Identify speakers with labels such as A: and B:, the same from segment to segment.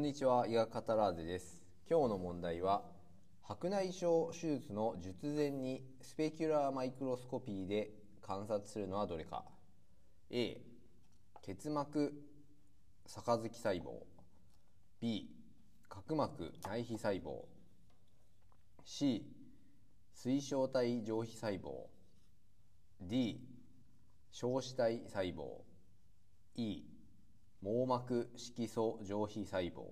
A: にちは、医学カタラーゼです。今日の問題は、白内障手術の術前にスペキュラーマイクロスコピーで観察するのはどれか A、結膜杯細胞 B、角膜内皮細胞 C、水晶体上皮細胞 D、小子体細胞 E 網膜色素上皮細胞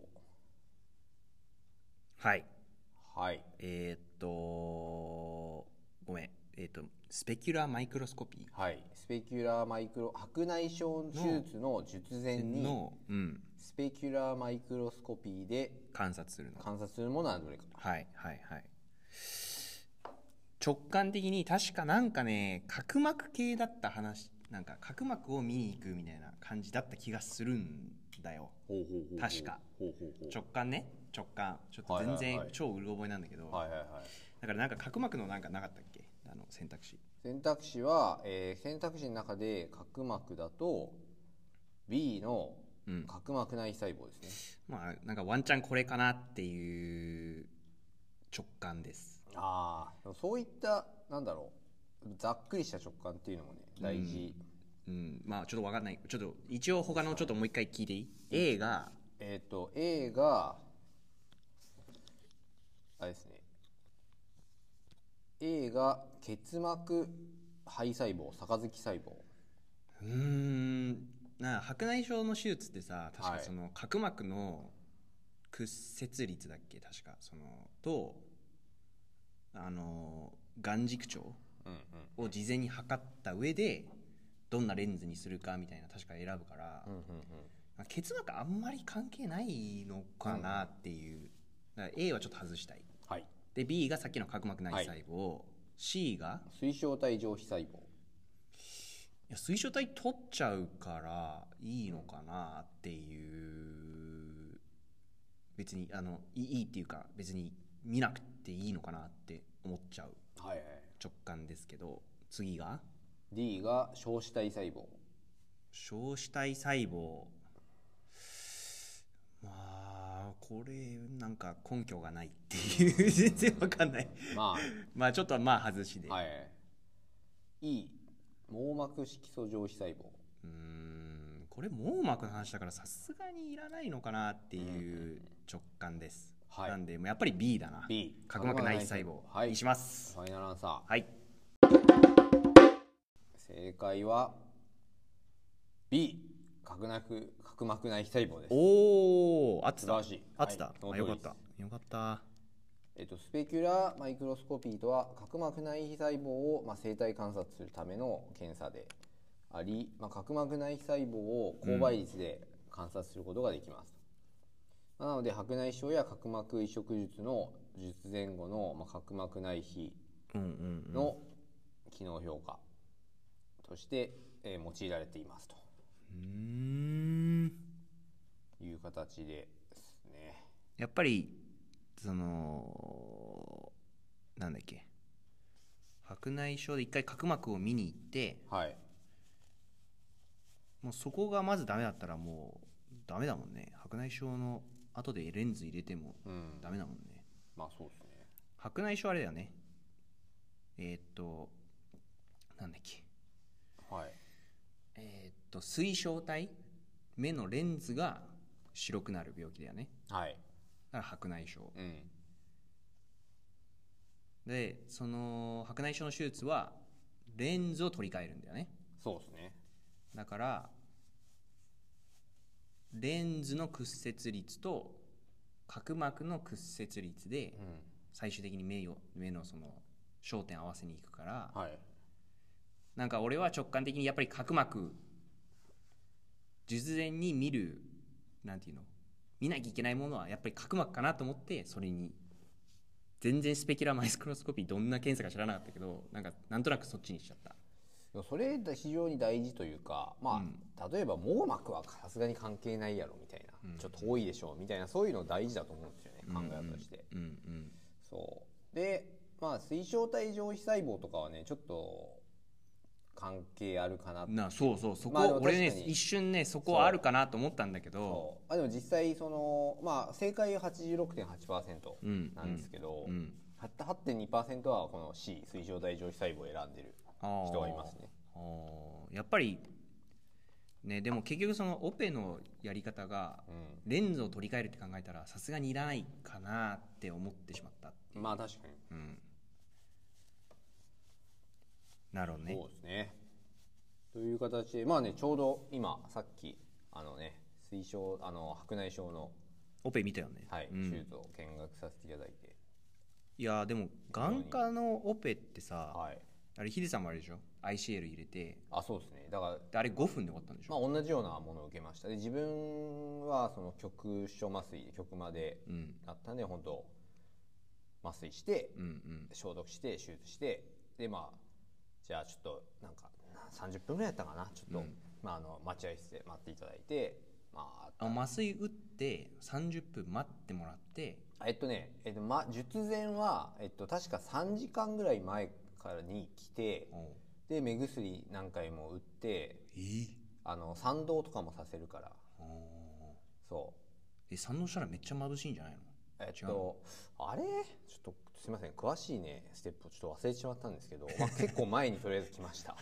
B: はい。
A: はい
B: えーっと、ごめん。えーっと、スペキュラーマイクロスコピ
A: はいスペキュラーマイクロ白内障手術の術前
B: ー
A: に
B: の、うん、
A: スペキュラーマイクロスコピーで
B: 観察するの。
A: 観察するものはどれか
B: はい、はい、はい。直感的に確かなんかね、角膜系だった話、なんか角膜を見に行くみたいな感じだった気がするんだよ。
A: ほうほうほ
B: う確か直感ね、直感。ちょっと全
A: はいはい
B: 然
A: はい
B: 超うる覚えなんだけど、
A: はいはいはい
B: だからなんか角膜のなんかなかったっけあの選択肢。
A: 選択肢は、えー選択肢の中で角膜だと B の
B: うん
A: 角膜内細胞ですね、
B: まあ、なんかワンチャンこれかなっていう直感です。
A: ああそういったなんだろうざっくりした直感っていうのもね大事、
B: うん、まあちょっとわかんない。ちょっと一応他のちょっともう一回聞いていい ?A が、
A: えっ、と A があれですね A が結膜肺細胞杯細胞
B: うーん、なあ白内障の手術ってさ、確
A: は
B: か
A: い
B: その角膜の屈折率だっけ確か。その、と、あの、眼軸長
A: うん
B: を事前に測った上で、どんなレンズにするかみたいな確か選ぶから、
A: うんうんうん
B: まあ、結膜あんまり関係ないのかなっていう、だから A はちょっと外したい
A: はい
B: で B がさっきの角膜内細胞、C が
A: 水晶体上皮細胞
B: いや水晶体取っちゃうからいいのかなっていう別にあのいいいいっていうか別に見なくていいのかなって思っちゃう
A: はいはい
B: 直感ですけど次が
A: D が小子体細胞
B: 小子体細胞まあこれなんか根拠がないっていう全然わかんない
A: ま
B: まあちょっとまあ外しで、
A: あはい E 網膜色素上皮細胞
B: うーんこれ網膜の話だからさすがにいらないのかなっていう直感です、
A: はい
B: なんでもうやっぱり B だな
A: B
B: 角膜内細胞
A: はい
B: にします
A: ファイナルアンサー
B: はい
A: 正解は B 角膜角膜内皮細胞です
B: おお合って
A: 素晴
B: た
A: らしい
B: 合ってた、
A: はいその
B: あ
A: 通り
B: よ
A: です
B: かったよかった
A: えっと、スペキュラーマイクロスコピーとは角膜内皮細胞を、まあ、生体観察するための検査であり、まあ、角膜内皮細胞を高倍率で観察することができます、まあなので白内障や角膜移植術の術前後の、まあ、角膜内皮
B: うんうん
A: の機能評価として、えー用いられていますと
B: うんうーん
A: いう形ですね
B: やっぱりそのなんだっけ白内障で一回角膜を見に行って
A: はい
B: もうそこがまずダメだったらもうダメだもんね白内障の後でレンズ入れても
A: うん
B: ダメだもんね
A: まあそうですね
B: 白内障あれだよねえーっとなんだっけ
A: はい
B: えーっと水晶体目のレンズが白くなる病気だよね
A: はい
B: だから白内障
A: うん
B: でその白内障の手術はレンズを取り替えるんだよね
A: そうですね
B: だからレンズの屈折率と角膜の屈折率で
A: うん
B: 最終的に目よ目のその焦点合わせにいくから
A: はい
B: なんか俺は直感的にやっぱり角膜術前に見るなんていうの見なきゃいけないものはやっぱり角膜かなと思ってそれに全然スペキュラーマイクロスコピーどんな検査か知らなかったけどなんかなんとなくそっちにしちゃった
A: でもそれが非常に大事というか、まあ例えば網膜はさすがに関係ないやろみたいな、ちょっと多いでしょうみたいなそういうの大事だと思うんですよね、考え方として。
B: うんうん
A: そうでまあ水晶体上皮細胞とかはねちょっと関係あるかなって
B: なそうそうそこ、
A: まあでも確
B: 俺
A: かに
B: ね一瞬ねそこはあるかなと思ったんだけど
A: あでも実際その、まあ、正解
B: う
A: 86.8%
B: ん
A: なんですけど、
B: うんうん
A: たった8.2%はこの C 水晶体上皮細胞を選んでる人がいますね。
B: あーやっぱりねでも結局そのオペのやり方が
A: う
B: レンズを取り替えるって考えたらさすがにいらないかなって思ってしまった、
A: ん、まあ確かに、
B: うん、なるほどね
A: そうですね。という形でまあねちょうど今さっきあのね水晶あの白内障の、
B: オペ見たよね、
A: はい
B: うん
A: 手術を見学させていただいて、
B: いやーでも眼科のオペってさ、
A: はい、
B: あれヒデさんもあれでしょ ICL 入れて
A: あそうですねだから
B: であれ5分で終わったんでし
A: まあ、
B: ょ、
A: 同じようなものを受けましたで自分はその局所麻酔局まで
B: うん
A: だったんで本当麻酔して
B: うんうん
A: 消毒して手術してでまあじゃあちょっとなんかな30分ぐらいやったかなちょっと、
B: うん
A: まあ、あの待合室で待っていただいてま
B: あ麻酔打って30分待ってもらって
A: あえっとね、えっとま、術前は、えっと、確か3時間ぐらい前からに来て
B: お
A: で目薬何回も打って
B: えー、
A: あの賛同とかもさせるから
B: おー
A: そう
B: え反応したらめっちゃ眩しいんじゃないの
A: えっ
B: 違う
A: と、あれちょっとすみません詳しいねステップをちょっと忘れてしまったんですけど、まあ、結構前にとりあえず来ま した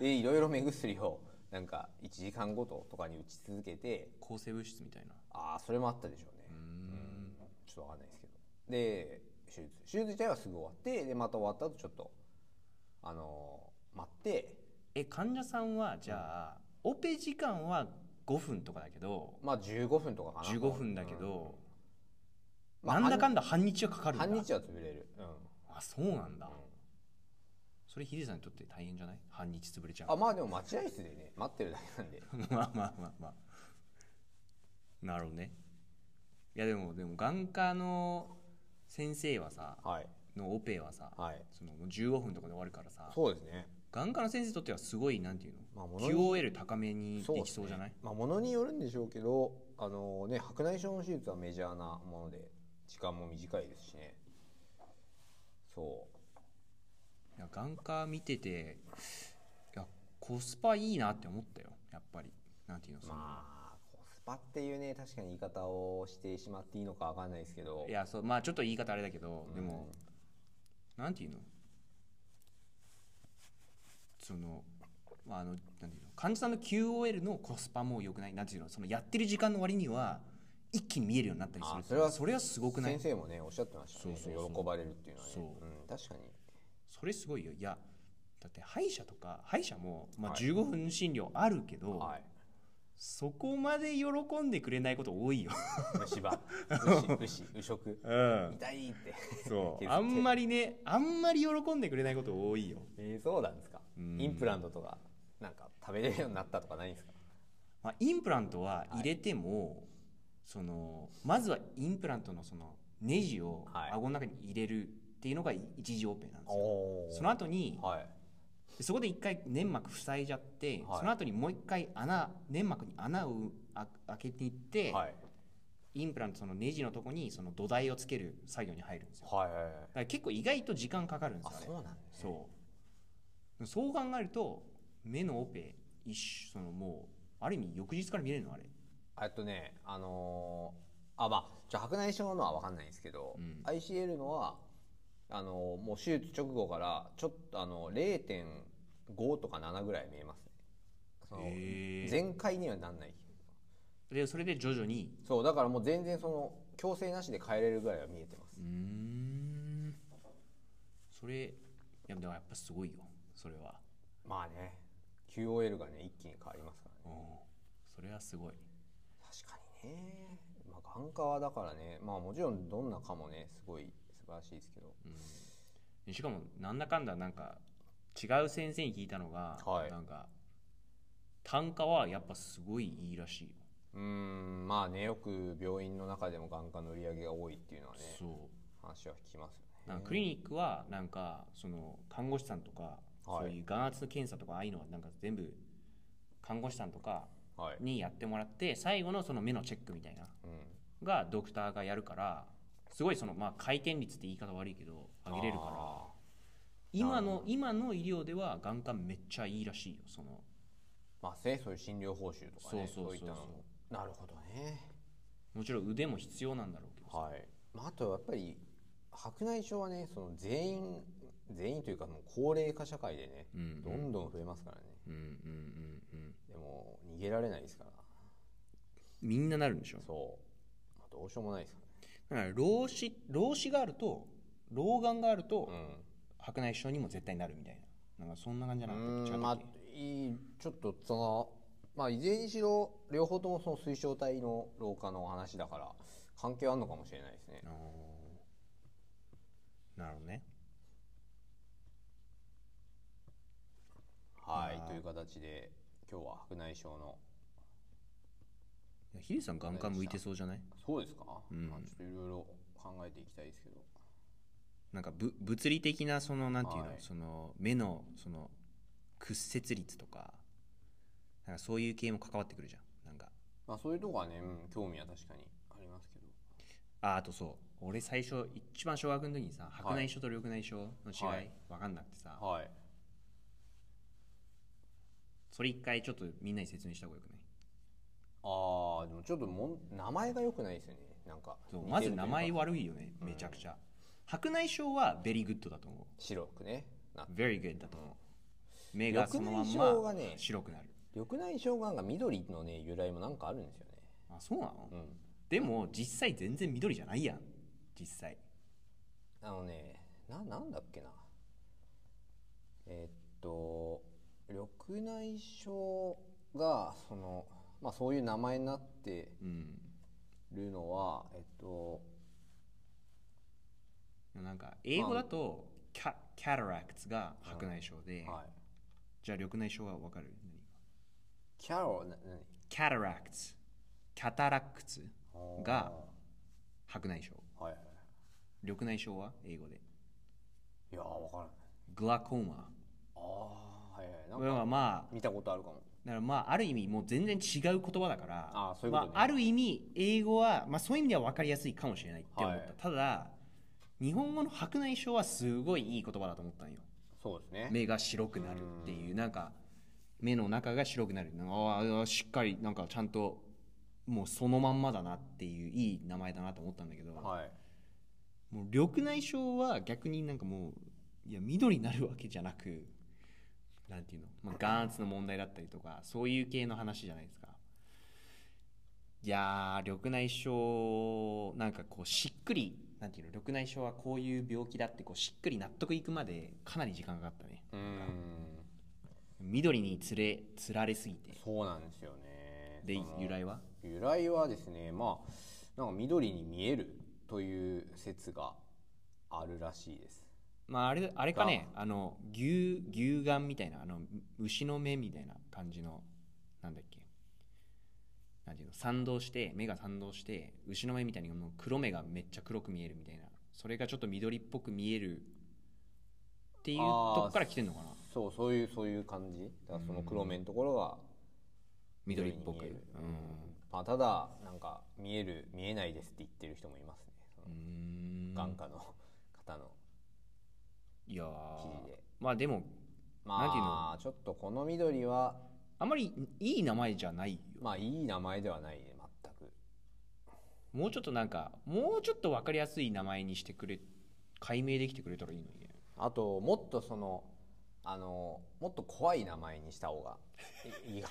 A: でいろいろ目薬をなんか1時間ごととかに打ち続けて
B: 抗生物質みたいな
A: ああそれもあったでしょうねうんちょっとわかんないですけどで手術手術自体はすぐ終わってでまた終わった後ちょっとあのー待って
B: え患者さんはじゃあ、オペ時間は5分とかだけど
A: まあ15分とかかな
B: 15分だけど、
A: うんまあ
B: なんだかんだ半日はかかるんだ
A: 半日は潰れるうん
B: あそうなんだ、それヒデさんにとって大変じゃない半日潰れちゃう
A: あまあでも待合室でね待ってるだけなんで
B: まあまあまあまあなるほどねいやでもでも眼科の先生はさ
A: はい
B: のオペはさ
A: はい
B: そのもう15分とかで終わるからさ
A: そうですね
B: 眼科の先生にとってはすごいなんていう
A: まあ
B: の
A: ものに
B: QOL 高めに
A: そう
B: で
A: で
B: き
A: す
B: そうじゃない、
A: ね、まあ、ものによるんでしょうけど、あのね、白内障の手術はメジャーなもので時間も短いですしねそう
B: いや眼科見てていやコスパいいなって思ったよやっぱりなんていうのその、
A: まあコスパっていうね確かに言い方をしてしまっていいのかわかんないですけど
B: いやそうまあちょっと言い方あれだけど、でもなんていうのその,、まあ、あのなんていうの患者さんの QOL のコスパも良くないなんていうのそのやってる時間の割には一気に見えるようになったりする
A: あそれは
B: それはすごくない
A: 先生もねおっしゃってましたね
B: そうそうそう
A: 喜ばれるっていうのはね
B: そう
A: うん、確かに
B: それすごいよいやだって歯医者とか歯医者も、まあ、15分診療あるけど、
A: はい
B: そこまで喜んでくれないこと多いよ、
A: 虫 歯牛牛牛食
B: うん、
A: 痛いって、
B: そ
A: 削って
B: うあんまりねあんまり喜んでくれないこと多いよ
A: えーそうなんですか
B: うん
A: インプラントとかなんか食べれるようになったとかないんですか
B: まあ、インプラントは入れても、そのまずはインプラントのそのネジを
A: はい
B: 顎の中に入れるっていうのが一時オペなんですよ、
A: お
B: その後に
A: はい
B: そこで一回粘膜塞いじゃって、
A: はい
B: その後にもう一回穴粘膜に穴をあ開けていって、
A: はい
B: インプラントそのネジのとこにその土台をつける作業に入るんですよだ
A: はいはいはい
B: から結構意外と時間かかるんで
A: あ
B: す
A: そ
B: よ
A: う
B: ね
A: なんだ、ね、
B: そうそう考えると目のオペ一種そのもうある意味翌日から見れるのあれ
A: えっとねあのーあまあちょ白内障のは分かんないんですけど、
B: うん
A: ICL のはあのーもう手術直後からちょっとあの0.5とか7ぐらい見えますねその
B: へー
A: 全開にはなんない
B: でそれで徐々に
A: そうだからもう全然その強制なしで変えれるぐらいは見えてます
B: うーんそれいやでもやっぱすごいよそれは
A: まあね QOL がね一気に変わりますからね
B: うんそれはすごい
A: 確かにね、まあ、眼科はだからねまあもちろんどんな科もねすごい素晴らしいですけど
B: しかもなんだかんだなんか違う先生に聞いたのが、
A: はい
B: なんか単価はやっぱすごいいいらしいよ、
A: うーんまあねよく病院の中でも眼科の売り上げが多いっていうのはね
B: そ
A: 話は聞きますよ
B: う
A: ね
B: なんかクリニックはなんかその看護師さんとか、
A: はい
B: そういう眼圧の検査とかああいうのはなんか全部看護師さんとか
A: はい、
B: にやってもらって最後のその目のチェックみたいな
A: うん、
B: がドクターがやるからすごいそのまあ回転率って言い方悪いけど上げれるから
A: あ
B: 今の今の医療では眼科めっちゃいいらしいよその
A: まあねそういう診療報酬とかね
B: そうそうそうそう
A: いったのもなるほどね
B: もちろん腕も必要なんだろうけどさ
A: はい、まあ、あとやっぱり白内障はねその全員全員というかもう高齢化社会でね、
B: うんうん
A: どんどん増えますからね
B: うんうんうんうん
A: でも逃げられないですから
B: みんななるんでしょ
A: そう、まあどうしようもないですか
B: だから老子老子があると老眼があると、
A: らね
B: 白内障にも絶対なるみたいななんかそんな感じじゃ
A: う
B: なか
A: ん
B: っ
A: う
B: たっけ
A: んまあいいちょっとそのまあいずれにしろ両方ともその水晶体の老化の話だから関係あるのかもしれないですね
B: あーなるほどね
A: はい
B: あー
A: という形で今日は白内障の
B: いやヒデさん眼科向いてそうじゃない
A: そうですか、
B: うん
A: まあ、ちょっといろいろ考えていきたいですけど
B: なんかぶ物理的なそのなんていうの,、
A: はい
B: その目のその屈折率とかなんかそういう系も関わってくるじゃんなんか
A: まあそういうとこはね、うん、興味は確かにありますけど
B: ああとそう俺最初一番小学の時にさ白内障と緑内障の違い、
A: はい
B: 分かんなくてさ、
A: はい
B: それ一回ちょっとみんなに説明した方がよくない
A: ああでもちょっともん名前が良くないですよねなんか
B: そう
A: 似てるというか
B: まず名前悪いよねめちゃくちゃ、白内障はベリーグッドだと思
A: 白くねな
B: う very good だと思う目がそのまんま
A: 緑内障がね
B: 白くなる、
A: 緑内障がんが緑のね由来もなんかあるんですよね
B: あそうなの、
A: うん
B: でも実際全然緑じゃないやん実際
A: あのねななんだっけなえーっと緑内障がそのまあそういう名前になって
B: うん
A: るのはえっと
B: なんか英語だとキャキャタラクツが白内障で、
A: はい
B: じゃあ緑内障は分かる何
A: キャロな何
B: キャタラクツキャタラクツが白内障
A: はいはい
B: 緑内障は英語で
A: いやーわからない
B: グラコーマ
A: ああはいはいなん
B: これ
A: か
B: はまあ
A: 見たことあるかも
B: だからまあある意味もう全然違う言葉だから
A: あーそういうことね
B: まあ、ある意味英語は、まあ、そういう意味では分かりやすいかもしれないって思った、
A: はい
B: ただ日本語の白内障はすごいいい言葉だと思ったんよ
A: そうですね
B: 目が白くなるっていうなんか目の中が白くなるなんかあーあーしっかりなんかちゃんともうそのまんまだなっていういい名前だなと思ったんだけど、
A: はい
B: もう緑内障は逆になんかもういや緑になるわけじゃなくなんていうの、まあ、眼圧の問題だったりとかそういう系の話じゃないですかいやー緑内障なんかこうしっくりなんていうの緑内障はこういう病気だってこうしっくり納得いくまでかなり時間がかかったね
A: うーん
B: 緑につれつられすぎて
A: そうなんですよね
B: で
A: その
B: 由来は
A: 由来はですねまあなんか緑に見えるという説があるらしいです
B: まああれあれかねあの牛牛眼みたいなあの牛の目みたいな感じのなんだっけなんていうの賛同して目が賛同して牛の目みたいにもう黒目がめっちゃ黒く見えるみたいなそれがちょっと緑っぽく見えるっていうとこから来てんのかな
A: そうそういうそういう感じだからその黒目のところが
B: 緑っぽく
A: 緑
B: う
A: に
B: ん
A: 見えるまあただなんか見える見えないですって言ってる人もいますねその
B: うん
A: 眼科の方の
B: いやー
A: 記事で
B: まあでもなんていう
A: まあちょっとこの緑は
B: あまりいい名前じゃないよ
A: まあいい名前ではないね全く
B: もうちょっとなんかもうちょっと分かりやすい名前にしてくれ解明できてくれたらいいのにね
A: あともっとそのあのもっと怖い名前にした方がいいいか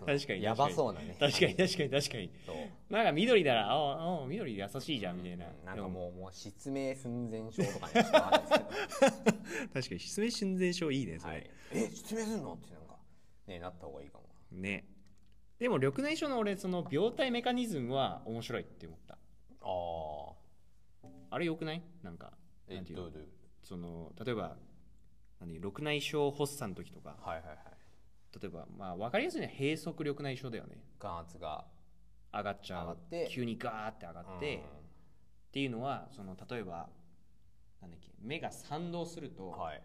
A: も
B: 確かに
A: やば
B: う
A: そうなね
B: 確かに確かに確かに
A: そう
B: なんか緑ならあああ緑優しいじゃんみたいな、
A: なん
B: で
A: か
B: も
A: もうもう失明寸前症とかね ちょっとわかんないです
B: 確かに失明寸前症いいね
A: けど、はい、え失明すんのってなんかねなった方がいいかも
B: ねでも緑内障の俺その病態メカニズムは面白いって思った
A: あ
B: あれよくないなんか
A: え
B: なんていうの
A: どういう
B: その例えば何緑内障発作の時とか
A: はいはいはい
B: 例えばまあ分かりやすいのは閉塞緑内障だよね
A: 眼圧が
B: 上がっちゃう
A: 上がって
B: 急にガーって上がって、
A: うん
B: っていうのはその例えばなんだっけ目が賛同すると、
A: はい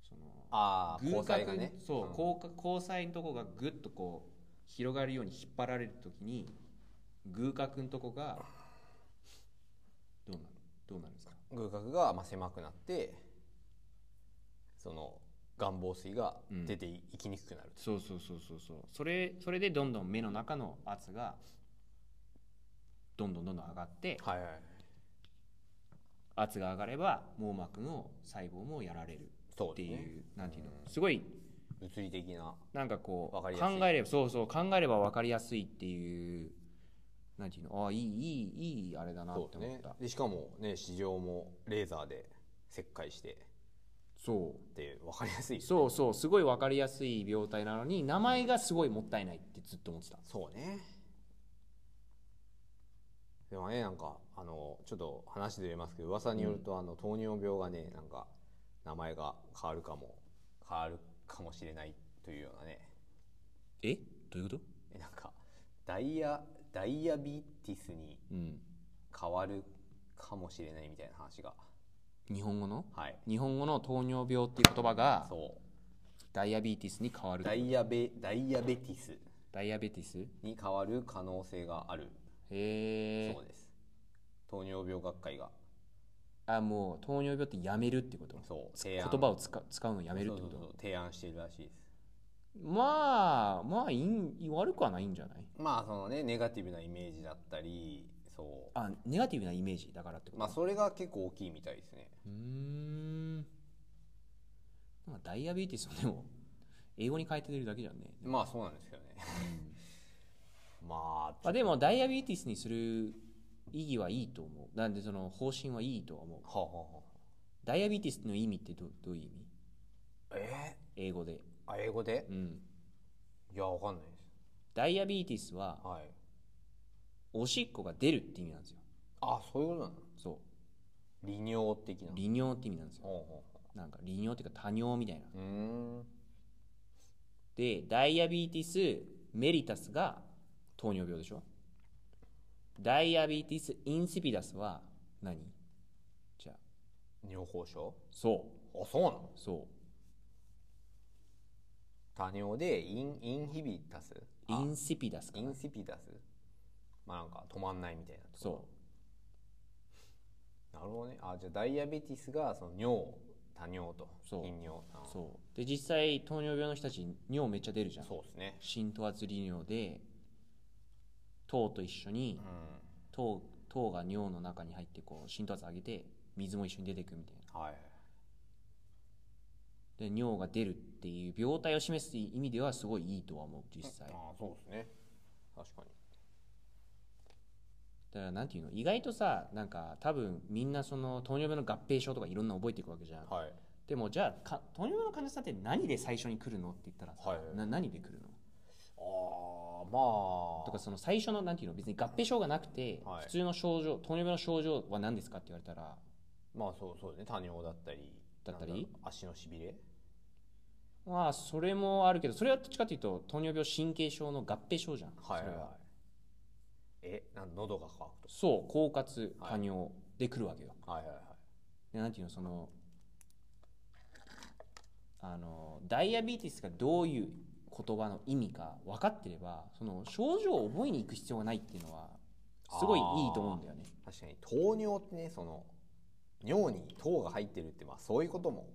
B: その
A: ああ
B: 偶
A: 交
B: 角
A: 際がね
B: そう、
A: ん
B: 交角交際のとこがぐっとこう広がるように引っ張られるときに偶角のとこがどうなるどうなるんですか
A: 偶角がまあ狭くなってその眼房水が出ていきにくくなると、
B: そうそうそうそうそうそれそれでどんどん目の中の圧がどんどんどんどん上がって
A: はいはいはい
B: 圧が上がれば網膜の細胞もやられる
A: そ
B: っ
A: う
B: て
A: です
B: いう
A: ね
B: なんていうのすごい
A: 物理的な
B: なんかこう
A: わかりや
B: 考
A: すい
B: えればそうそう考えれば分かりやすいっていうなんていうのああいいいいいいあれだなっ
A: そ
B: て
A: う
B: 思
A: ね
B: った
A: でしかもね市場もレーザーで切開して
B: そう
A: って分かりやすいですね
B: そうそうすごい分かりやすい病態なのに名前がすごいもったいないってずっと思ってた
A: そうねでもねなんかあのちょっと話で言いますけど噂によると、あの糖尿病がねなんか名前が変わるかも変わるかもしれないというようなね
B: えどういうこと
A: えなんかダイヤダイアビティスに
B: うん
A: 変わるかもしれないみたいな話が
B: 日本語の
A: はい
B: 日本語の糖尿病っていう言葉が
A: そ
B: ダイアビーティスに変わ
A: う
B: る
A: ダイヤベダイヤベティス
B: ダイアベティスへ
A: に変わる可能性がある
B: え
A: そうです糖尿病学会が
B: あもう糖尿病ってやめるってこと
A: そう
B: 言
A: 提案
B: 葉を使う使うのやめるって
A: そ
B: こ
A: うそう
B: と
A: そう提案しているらしいです
B: まあまあいい悪くはないんじゃない
A: まあそのねネガティブなイメージだったりそ
B: あネガティブなイメージだからってこ
A: う
B: と、
A: まあそれが結構大きいみたいですね
B: うーんなんかダイアベーティスもでも英語に変えてるだけじゃんね
A: まあそうなんですけどねまあ
B: あでもダイアベーティスにする意義はいいと思うなんでその方針はいいとは思う
A: はあ、はあは
B: ダイアベーティスの意味ってどどういう意味
A: あ、え
B: 英語で、
A: ー、あ英語で
B: うん、
A: いやわかんないです
B: ダイアビーティスは
A: はい
B: おしっこが出るって意味なんですよ
A: あそういうことなの
B: そ
A: 利尿的な
B: う利尿って意味なんですよ
A: ほうほ
B: なんか利尿っていうか多尿みたい
A: う
B: な
A: ほううーん
B: でダイアビーティスメリタスが糖尿病でしょダイアビーティスインシピダスは何じゃあ
A: 尿崩症
B: そう
A: あそうなの
B: そ
A: 多尿でインインヒビタス
B: うイ
A: あ
B: ンシピダスか
A: イ
B: な
A: ンシピタスまあなんか止まんないみたいな
B: そ
A: なるほどねあじゃあダイアベティスがその尿多尿と
B: そう
A: 頻尿あ
B: うそうで実際糖尿病の人たち尿めっちゃ出るじゃん
A: そうですね
B: 浸透圧利尿で糖と一緒に
A: うん
B: 糖糖が尿の中に入ってこう浸透圧上げて水も一緒に出てくみたいな
A: はい
B: で尿が出るっていう病態を示す意味ではすごいいいとは思う実際だか
A: あそうですね確かに
B: らなんていうの意外とさなんか多分みんなその糖尿病の合併症とかいろんな覚えていくわけじゃん、
A: はい
B: でもじゃあか糖尿病の患者さんって何で最初に来るのって言ったらさ、
A: はいはい
B: な何で来るの
A: ああまあ
B: とかその最初のなんていうの別に合併症がなくて、
A: はい
B: 普通の症状糖尿病の症状は何ですかって言われたら
A: まあそうそうね多尿だったり
B: だったり
A: なんろう足のしびれ
B: まあそれもあるけどそれはどっちかというと糖尿病神経症の合併症じゃん、
A: はい
B: そ
A: は
B: れ
A: い
B: は
A: はいえなん喉が渇くと
B: そう狡猾
A: はい
B: 多尿で来るわけよ、
A: かはいはいはい
B: でなんていうのそのあのダイアビーティスがどういう言葉の意味か分かってればその症状を覚えに行く必要がないっていうのはすごいいいと思うんだよね
A: 確かに糖尿ってねその尿に糖が入ってるってまあそういうことも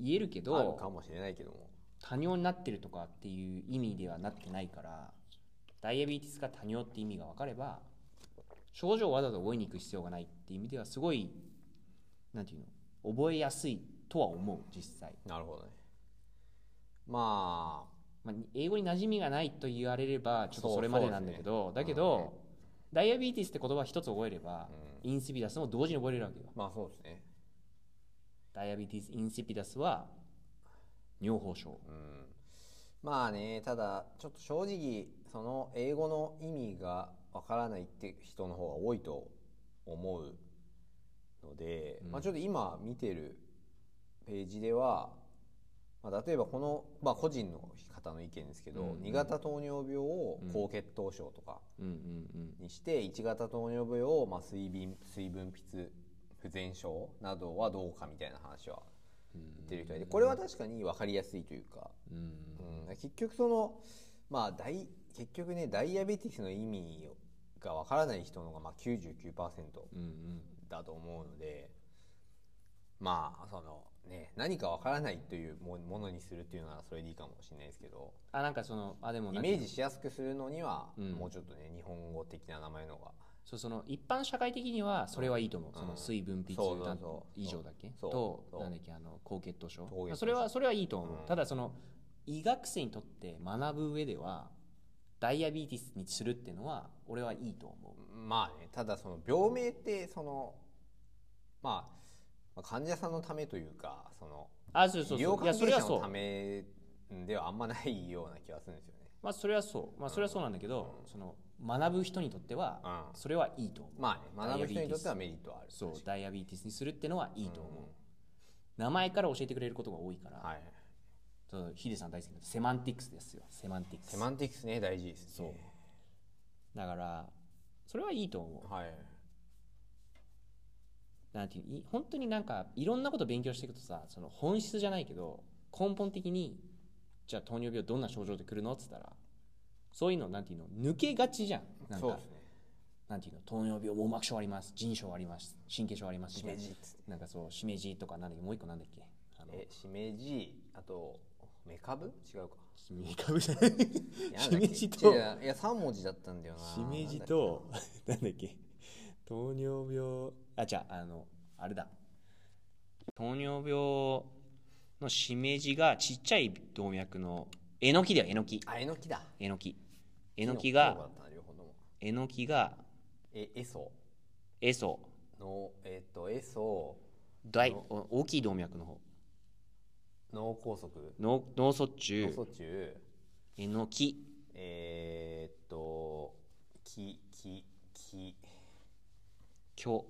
B: 言えるけ
A: あるか
B: ど
A: もしれないけども
B: 多尿になってるとかっていう意味ではなってないからダイアビーティスが多尿って意味が分かれば症状をわざわざ覚えに行く必要がないっていう意味ではすごいなんていうの覚えやすいとは思う実際
A: なるほどねまあ
B: まあ、に英語に馴染みがないと言われればちょっとそれまでなんだけ
A: そ
B: ど、
A: うそうですね
B: だけど、ダイアビーティスって言葉一つ覚えれば、インシピダスも同時に覚えれるわけよ
A: まあそうですね
B: ダイアビーティスインシピダスは尿崩症
A: うんまあねただちょっと正直その英語の意味がわからないって人の方が多いと思うので、まあ、ちょっと今見てるページでは、まあ、例えばこの、まあ、個人の方の意見ですけど、2型糖尿病を高血糖症とか
B: うんうん
A: にして、1型糖尿病をまあ水分水分泌不全症などはどうかみたいな話は
B: うん
A: 言ってる人がいてこれは確かに分かりやすいというか。
B: うんうん
A: うん、結局そのまあ大結局ねダイアベティスの意味がわからない人の方がまあ99%
B: うんうん
A: だと思うのでまあそのね何かわからないというもものにするっていうのはそれでいいかもしれないですけど
B: あなんかそのあでも
A: イ
B: なんて
A: メ
B: いう
A: ー
B: の
A: ジしやすくするのには、
B: うん
A: もうちょっとね日本語的な名前の方が
B: そうその一般社会的にはそれはいいと思う、
A: うん
B: その水分泌
A: そうそう
B: だ
A: そう
B: 以上だっけ
A: そう
B: と
A: そう
B: なんだっけあの高血糖症
A: 高血糖症
B: それはそれはいいと思う、
A: うん
B: ただその医学生にとって学ぶ上ではダイアビーティスにするっていうのは俺はいいと思う
A: まあねただその病名ってそのまあまあ患者さんのためというかその
B: あそう
A: 医
B: そう
A: 療
B: そういや
A: 関
B: それ
A: 係
B: は
A: 者
B: そ
A: の
B: う
A: ためではあんまないような気がするんですよね。
B: まあそれはそうまあそれはそうなんだけど、その学ぶ人にとっては
A: うん
B: それはいいと思う、
A: まあね学ぶ人にとっては
B: ダイア
A: メリ
B: ビーティス
A: ットはある。
B: そう
A: 確か
B: ダイアビーティスにするってのはいいと思う、
A: うん
B: 名前から教えてくれることが多いから、
A: にはい。
B: そうヒデさん大好きなセマンティクスですよセマンティクス
A: セマンティクスね大事です、ね。
B: だからそれはいいと思
A: はい。
B: うなんていうい本当になんかいろんなこと勉強していくとさその本質じゃないけど根本的にじゃあ糖尿病どんな症状で来るのっつったらそういうのなんていうの抜けがちじゃんなん
A: そう
B: か
A: ですね。
B: なんていうの糖尿病網膜症あります腎症あります神経症あります
A: しめじっつって
B: なんかそうしめじとかなんだっけもう一個なんだっけあの
A: えしめじあとメカブ違うか。
B: しめかぶじゃない
A: いや
B: しめじ
A: なん
B: と
A: だっけ違ういや三文字だったんだよな。
B: しめじと なんだっけ糖尿病あじゃああのあれだ糖尿病のしめじがちっちゃい動脈のえのきだよえのき
A: なんだっけあえのきだ。
B: えのきえのきが
A: 木の方だったな両方とも
B: えのきが
A: えエソ
B: えそ
A: のえっ、とエソ
B: 大お大きい動脈の方
A: 脳梗塞
B: 脳脳卒
A: 脳
B: 中
A: 卒中
B: えのき
A: えっ、とききき
B: 虚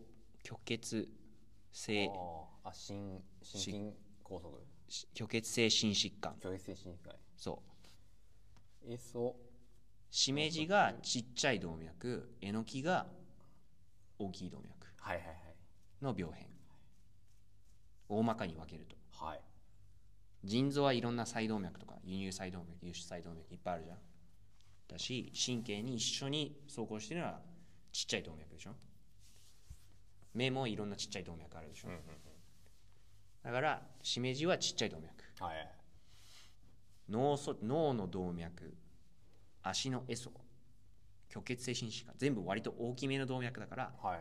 B: 虚血
A: あ
B: 性
A: ーあ心心筋梗塞
B: し虚血性心疾患
A: 虚血性心肺
B: そう
A: エソ
B: しめじがちっちゃい動脈えのきが大きい動脈
A: はいはいはい
B: の病変大まかに分けると
A: はい
B: 腎臓はいろんな細動脈とか輸入細動脈輸出細動脈いっぱいあるじゃんだし神経に一緒に走行してるのはちっちゃい動脈でしょ目もいろんなちっちゃい動脈あるでしょ、だからしめじはちっちゃい動脈
A: はい
B: 脳そ脳の動脈足のエソ虚血性心疾患全部割と大きめの動脈だから
A: はい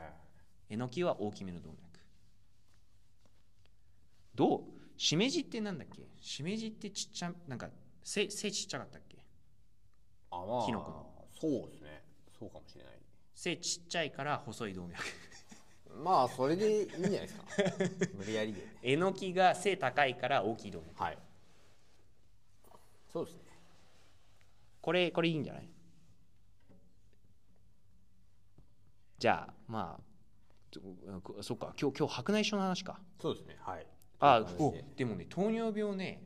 B: えのきは大きめの動脈どうしめじってなんだっけしめじってちっちゃなんか背背ちっちゃかったっけ
A: あまあ
B: キノコの
A: そうですねそうかもしれない
B: 背ちっちゃいから細い動脈
A: まあそれでいいんじゃない ですか無理やりで
B: えのきが背高いから大きい動脈
A: はいそうですね
B: これこれいいんじゃないじゃあまあちょうんそっか今日今日白内障の話か
A: そうですねはい
B: あ
A: そういう
B: お
A: 話で
B: でもね糖尿病ね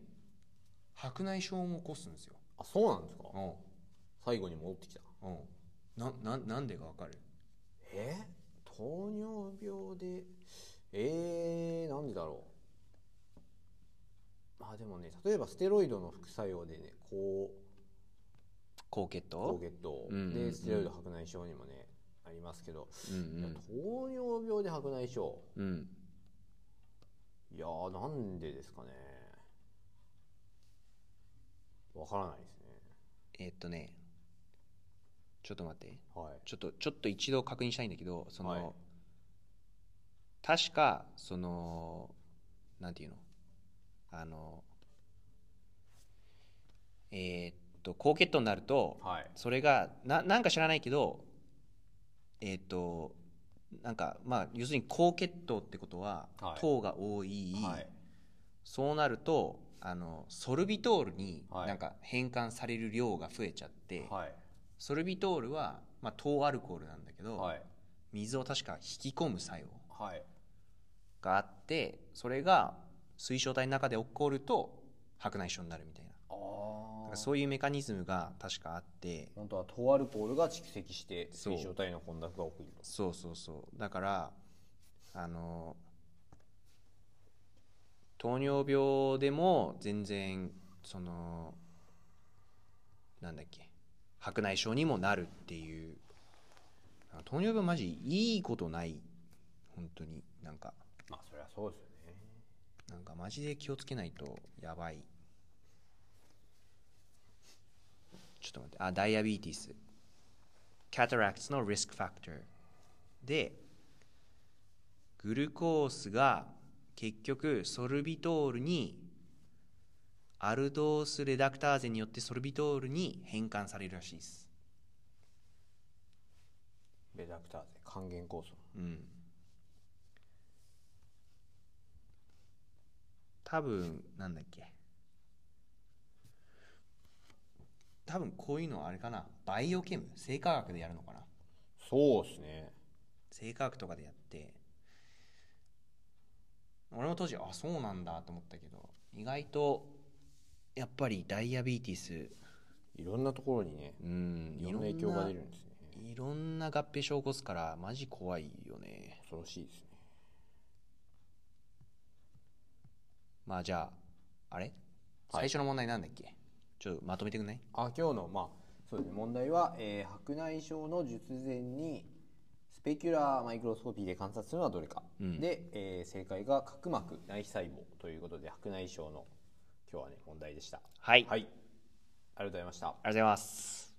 B: 白内障も起こすんですよ
A: あそうなんですか
B: うん
A: 最後に戻ってきた
B: うんなななんでかわかる
A: え糖尿病でえー、なんでだろうまあでもね例えばステロイドの副作用でね高
B: 高血
A: 高
B: 糖
A: 血糖
B: うんうんう
A: で
B: ん
A: ステロイド白内障にもねありますけど、
B: うん
A: いや糖尿病で白内障
B: うんうん
A: いやーなんでですかねわからないですね
B: えーっとねちょっと待って
A: はい
B: ちょっとちょっと一度確認したいんだけどその、
A: はい
B: 確かそのなんていうのあのえーっと高血糖になると
A: はい
B: それがななんか知らないけどえーっとなんかまあ要するに高血糖ってことは、
A: はい
B: 糖が多い、
A: はい
B: そうなるとあのソルビトールに
A: はい
B: なんか変換される量が増えちゃって、
A: はい
B: ソルビトールは、まあ、糖アルコールなんだけど、
A: はい
B: 水を確か引き込む作用
A: はい
B: があってそれが水晶体の中で起こると白内障になるみたいな
A: あ
B: だか
A: あ
B: らそういうメカニズムが確かあって
A: 本当は糖アルコールが蓄積して
B: そう
A: 水晶体の混濁が起きると
B: そうそうそうだからあの糖尿病でも全然そのなんだっけ白内障にもなるっていうあ糖尿病マジいいことない本当になんか
A: まあそりゃそうですよね
B: かマジで気をつけないとやばいちょっと待ってあダイアビーティス cataracts の risk factor でグルコースが結局ソルビトールにアルドースレダクターゼによってソルビトールに変換されるらしいです
A: レダクターゼ還元酵素
B: うん多分なんだっけ多分こういうのはあれかなバイオケム生化学でやるのかな
A: そうですね
B: 生化学とかでやって俺も当時あそうなんだと思ったけど意外とやっぱりダイアビーティス
A: いろんなところにね
B: うん
A: いろんな影響が出るんですね
B: いろんな合併症を起こすからマジ怖いよね
A: 恐ろしいですね
B: まあじゃああれ、最初の問題なんだっけちょっとまとめてくんない
A: あ今日のまあそうですね問題は、えー白内障の術前にスペキュラーマイクロスコピーで観察するのはどれか、
B: うん
A: で、えー正解が角膜内皮細胞ということで白内障の今日はね問題でした
B: はい、ありがとう
A: はいありがとうございました
B: ございます